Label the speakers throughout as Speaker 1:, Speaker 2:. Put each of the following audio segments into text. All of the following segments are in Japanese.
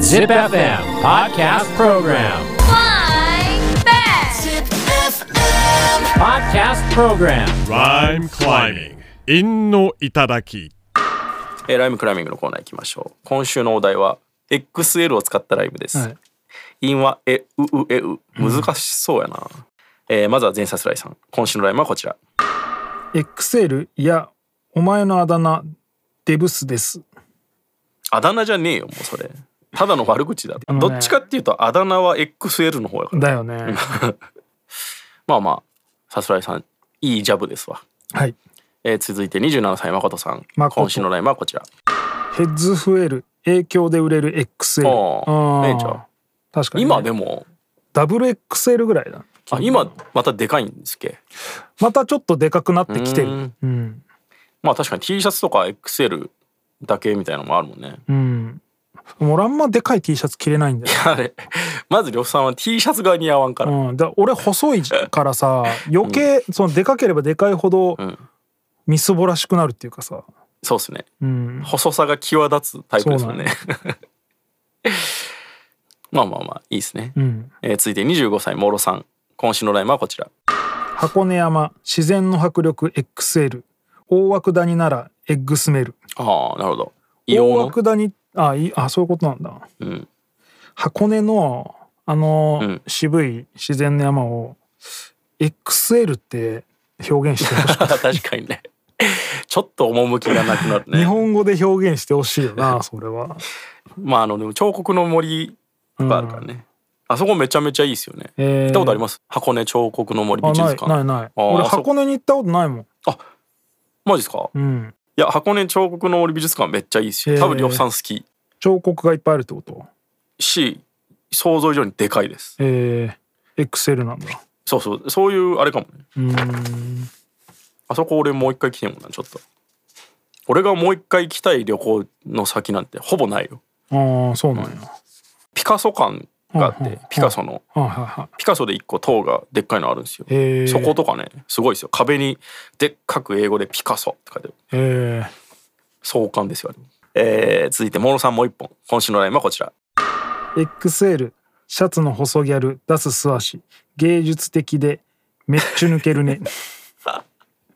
Speaker 1: Zip FM Podcast Program.
Speaker 2: Flying back.
Speaker 1: Podcast Program.
Speaker 3: Rhyme climbing. 陰の頂き。
Speaker 4: えーライムクライミングのコーナー行きましょう今週のお題は XL を使ったライムです、
Speaker 5: はい
Speaker 4: 韻はえううえう難しそうやな、えーまずは前さすらいさん今週のライムはこちら
Speaker 5: XL いやお前のあだ名デブスです
Speaker 4: あだ名じゃねえよもうそれただの悪口だ、
Speaker 5: のね
Speaker 4: どっちかっていうとあだ名は XL の方やから
Speaker 5: だよね
Speaker 4: まあまあさすらいさんいいジャブですわ、
Speaker 5: はい
Speaker 4: えー続いて27歳誠さん
Speaker 5: 誠
Speaker 4: 今週のライムはこちら
Speaker 5: ヘッズ増える影響で売れる XL
Speaker 4: ああ
Speaker 5: ー
Speaker 4: ええんちゃう
Speaker 5: 確かにね、
Speaker 4: 今でも
Speaker 5: ダブル XL ぐらいだ
Speaker 4: あ今またでかいんですっけ
Speaker 5: またちょっとでかくなってきてる
Speaker 4: うん
Speaker 5: うん
Speaker 4: まあ確かに T シャツとか XL だけみたいなのもあるもんね
Speaker 5: うん俺あんまでかい T シャツ着れないんだよ、
Speaker 4: あれ、まず呂布さんは T シャツが似合わんから。
Speaker 5: うん、だ俺細いからさ余計そのでかければでかいほど
Speaker 4: ん
Speaker 5: みすぼらしくなるっていうかさ、
Speaker 4: そうっすね。
Speaker 5: うん、
Speaker 4: 細さが際立つタイプですもんね。まあまあまあ、いいですね。
Speaker 5: うん、
Speaker 4: えー続いて25歳、もろさん。今週のラインはこちら。
Speaker 5: 箱根山自然の迫力 XL 大涌谷ならエッグスメル
Speaker 4: ああ、なるほど。
Speaker 5: 大
Speaker 4: 硫黄
Speaker 5: 涌谷あいあそういうことなんだ
Speaker 4: の。うん。
Speaker 5: 箱根のあの、
Speaker 4: うん
Speaker 5: 渋い自然の山を XL って表現してほしい
Speaker 4: 確かにね。ちょっと趣がなくなる
Speaker 5: 日
Speaker 4: ね。
Speaker 5: 本語で表現してほしいよなそれは
Speaker 4: まあ、あの、でも彫刻の森とかあるからね。あそこめちゃめちゃいいですよね。
Speaker 5: えー
Speaker 4: 行ったことあります箱根彫刻の森美
Speaker 5: あ
Speaker 4: 術
Speaker 5: ない
Speaker 4: 館。
Speaker 5: ないない
Speaker 4: あー
Speaker 5: 俺
Speaker 4: あそ
Speaker 5: 箱根に行ったことないもん
Speaker 4: マジですか
Speaker 5: うん
Speaker 4: いや、箱根彫刻の森美術館めっちゃいいです
Speaker 5: へ
Speaker 4: よ。
Speaker 5: ー
Speaker 4: 多分呂布さん好き。
Speaker 5: 彫刻がいっぱいあるってこと
Speaker 4: し想像以上にでかいです
Speaker 5: えー、XL なんだ
Speaker 4: そうそうそういうあれかもね
Speaker 5: うーん
Speaker 4: あそこ俺もう一回来てんもんなちょっと俺がもう一回行きたい旅行の先なんてほぼないよ
Speaker 5: ああそうなんや、
Speaker 4: ピカソ館があって、
Speaker 5: うんうん
Speaker 4: ピカソの、
Speaker 5: はいはいはい
Speaker 4: ピカソで一個塔がでっかいのあるんですよ、
Speaker 5: えー、
Speaker 4: そことかねすごいですよ壁にでっかく英語で「ピカソ」って書いてある
Speaker 5: えー
Speaker 4: 壮観ですよあれえー続いてモロさんもう一本今週のラインはこちら
Speaker 5: XL シャツの細ギャル出す素足芸術的でめっちゃ抜け るね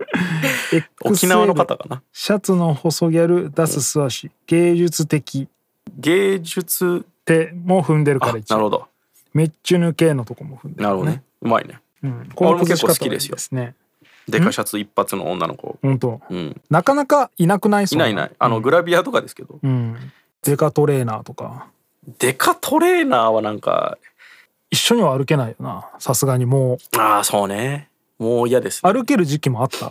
Speaker 5: XL
Speaker 4: 沖縄の方かな
Speaker 5: シャツの細ギャル出す素足芸術的
Speaker 4: 芸術
Speaker 5: っても踏んでる
Speaker 4: あ
Speaker 5: か
Speaker 4: な
Speaker 5: ら
Speaker 4: る
Speaker 5: 一応
Speaker 4: ほど
Speaker 5: めっちゃ抜けのとこも踏んでる
Speaker 4: なるほどねうまいね
Speaker 5: うん、この
Speaker 4: 俺も結構
Speaker 5: 崩し方
Speaker 4: 好きですよ
Speaker 5: いいですね
Speaker 4: でかいシャツ一発の女の子
Speaker 5: 本当
Speaker 4: うん
Speaker 5: なかなかいなくない
Speaker 4: いないいないあのグラビアとかですけど、
Speaker 5: うんデカトレーナーとか
Speaker 4: デカトレーナーはなんか
Speaker 5: 一緒には歩けないよなさすがにもう
Speaker 4: ああそうねもう嫌です、ね、
Speaker 5: 歩ける時期もあった
Speaker 4: い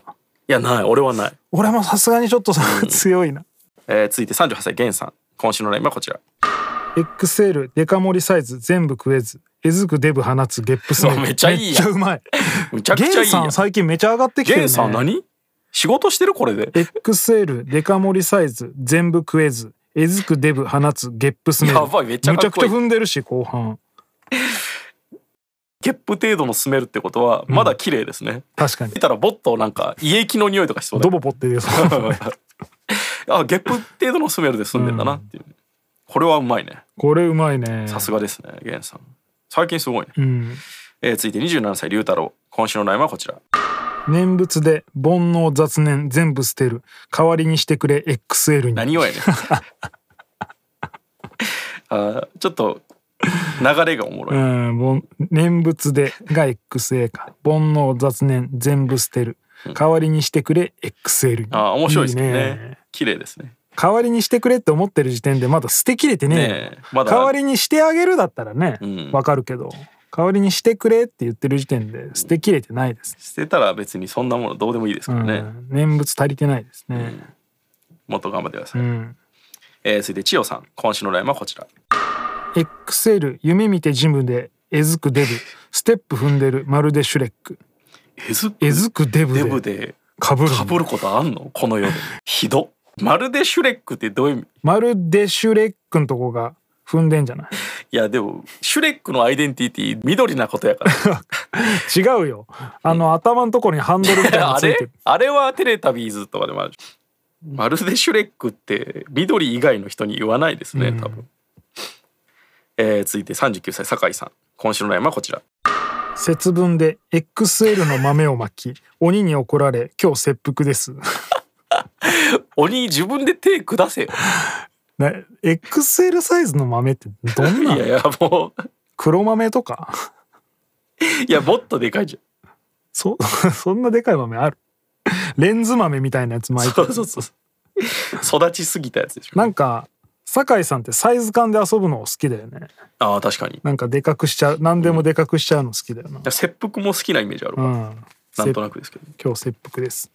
Speaker 4: やない俺はない、
Speaker 5: 俺もさすがにちょっとさ強いな
Speaker 4: えー、続いて38歳ゲンさん今週のラインはこちら
Speaker 5: XL デカ盛りサイズ全部食えずえずくデブ放つゲップスネー
Speaker 4: う
Speaker 5: ク
Speaker 4: わめちゃいいやん
Speaker 5: めっちゃうまい
Speaker 4: めちゃく
Speaker 5: ゲ
Speaker 4: ちゃ
Speaker 5: ン
Speaker 4: いいや
Speaker 5: さ
Speaker 4: ん
Speaker 5: ん最近めちゃ上がってきてる
Speaker 4: ゲ
Speaker 5: ね
Speaker 4: ンさん何仕事してるこれで
Speaker 5: XL デカ盛りサイズ全部食えずえずくデブ放つゲップスネーク
Speaker 4: やばいめっちゃ
Speaker 5: む
Speaker 4: かっ
Speaker 5: ちゃく
Speaker 4: こ
Speaker 5: ち
Speaker 4: い
Speaker 5: ゃ
Speaker 4: い
Speaker 5: 踏んでるし後半
Speaker 4: ゲップ程度のスメルってことはまだ綺麗ですね、
Speaker 5: 確かに
Speaker 4: 見たらボッとなんか胃液の匂いとかしそうだ
Speaker 5: ドボポって言うよ
Speaker 4: あゲップ程度のスメルで済んでんだなっていう、これはうまいね
Speaker 5: これうまいね
Speaker 4: さすがですねゲンさん最近すごいね、
Speaker 5: うん
Speaker 4: えー、続いて27歳龍太郎今週のラインはこちら
Speaker 5: 念仏で煩悩雑念全部捨てる代わりにしてくれ XL に
Speaker 4: 何を やねんあーちょっと流れがおもろ
Speaker 5: う
Speaker 4: い、
Speaker 5: ん、煩念仏でが XA か煩悩雑念全部捨てる代わりにしてくれ XL に
Speaker 4: ああ面白いですね
Speaker 5: いい
Speaker 4: 綺麗ですね
Speaker 5: 代わりにしてくれって思ってる時点でまだ捨てきれてねえよ
Speaker 4: ねえまだ
Speaker 5: 代わりにしてあげるだったらね
Speaker 4: うん
Speaker 5: わかるけど代わりにしてくれって言ってる時点で捨てきれてないです、
Speaker 4: 捨てたら別にそんなものどうでもいいです
Speaker 5: う
Speaker 4: からね、
Speaker 5: ん、念仏足りてないですね
Speaker 4: もっと頑張ってくださ
Speaker 5: う
Speaker 4: い、
Speaker 5: ん
Speaker 4: えー、続いて千代さん今週のラインはこちら
Speaker 5: XL 夢見てジムでえずくデブステップ踏んでるまるでシュレック
Speaker 4: えず
Speaker 5: えずくデブ
Speaker 4: デブ
Speaker 5: で
Speaker 4: で
Speaker 5: かぶるんだ
Speaker 4: かぶることあんのこの世でひどまるでシュレックってどういう意味
Speaker 5: まるでシュレックのとこが踏んで んじゃない
Speaker 4: いやでもシュレックのアイデンティティ緑なことやから
Speaker 5: 違うよあの頭のところにハンドルみたいなの
Speaker 4: あ
Speaker 5: つい
Speaker 4: れ
Speaker 5: てる
Speaker 4: あれはテレタビーズとかでもあるまるでシュレックって緑以外の人に言わないですね多分、えー続いて39歳酒井さん今週の悩みはこちら
Speaker 5: 節分で XL の豆をまき鬼に怒られ今日切腹です
Speaker 4: 鬼自分で手下せよ
Speaker 5: な XL サイズの豆ってどん
Speaker 4: い
Speaker 5: な
Speaker 4: やいやもう
Speaker 5: 黒豆とか
Speaker 4: いやもっとでかいじ
Speaker 5: そ そんなでかい豆あるレンズ豆みたいなやつ
Speaker 4: ゃん
Speaker 5: 巻いて
Speaker 4: そうそうそう育ちすぎたやつでしょ
Speaker 5: なんか酒井さんってサイズ感で遊ぶの好きだよね
Speaker 4: ああ確かに
Speaker 5: なんかでかくしちゃう何でもでかくしちゃうの好きだよな
Speaker 4: 切腹も好きなイメージある
Speaker 5: う
Speaker 4: わ、
Speaker 5: ん、
Speaker 4: なんとなくですけど
Speaker 5: 今日切腹です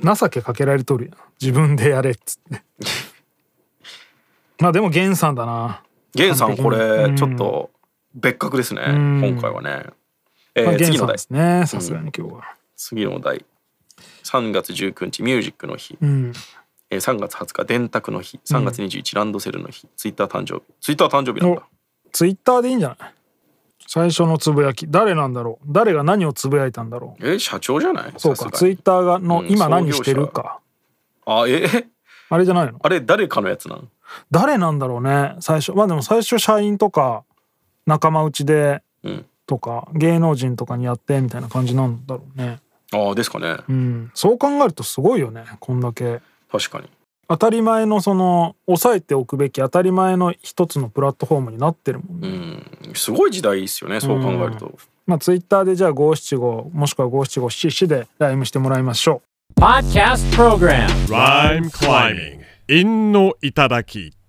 Speaker 5: 情けかけられとるやん自分でやれっつってまあでも源さんだな
Speaker 4: ゲンさんこ
Speaker 5: う
Speaker 4: れ
Speaker 5: ん
Speaker 4: ちょっと別格ですね、
Speaker 5: ん
Speaker 4: 今回はね、えー
Speaker 5: まあ、源
Speaker 4: 次の
Speaker 5: さんで
Speaker 4: 題
Speaker 5: すねさすがに今日は、
Speaker 4: 次の題3月19日ミュージックの日、
Speaker 5: うん、
Speaker 4: えー3月20日電卓の日3月21ランドセルの日、ツイッター誕生日ツイッター誕生日なんだ
Speaker 5: ツイッターでいいんじゃない最初のつぶやき誰なんだろう誰が何をつぶやいたんだろ
Speaker 4: えー社長じゃないう
Speaker 5: そうか
Speaker 4: さす
Speaker 5: ツ
Speaker 4: が
Speaker 5: イ
Speaker 4: に
Speaker 5: ッターがの、
Speaker 4: うん
Speaker 5: 今何してるか
Speaker 4: あえー
Speaker 5: あれじゃないの
Speaker 4: あれ誰かのやつなん
Speaker 5: 誰なんだろうね最初まあでも最初社員とか仲間内で
Speaker 4: うん
Speaker 5: とか芸能人とかにやってみたいな感じなんだろうね
Speaker 4: ああですかね、
Speaker 5: うんそう考えるとすごいよねこんだけ
Speaker 4: 確かに
Speaker 5: 当たり前のその抑えておくべき当たり前の一つのプラットフォームになってるもんね、
Speaker 4: うんすごい時代ですよねそう考えると、
Speaker 5: まあツイッターでじゃあ五七五もしくは五七五七七でライムしてもらいましょう
Speaker 1: Podcast Program
Speaker 3: Rhyme climbing. 陰の頂き。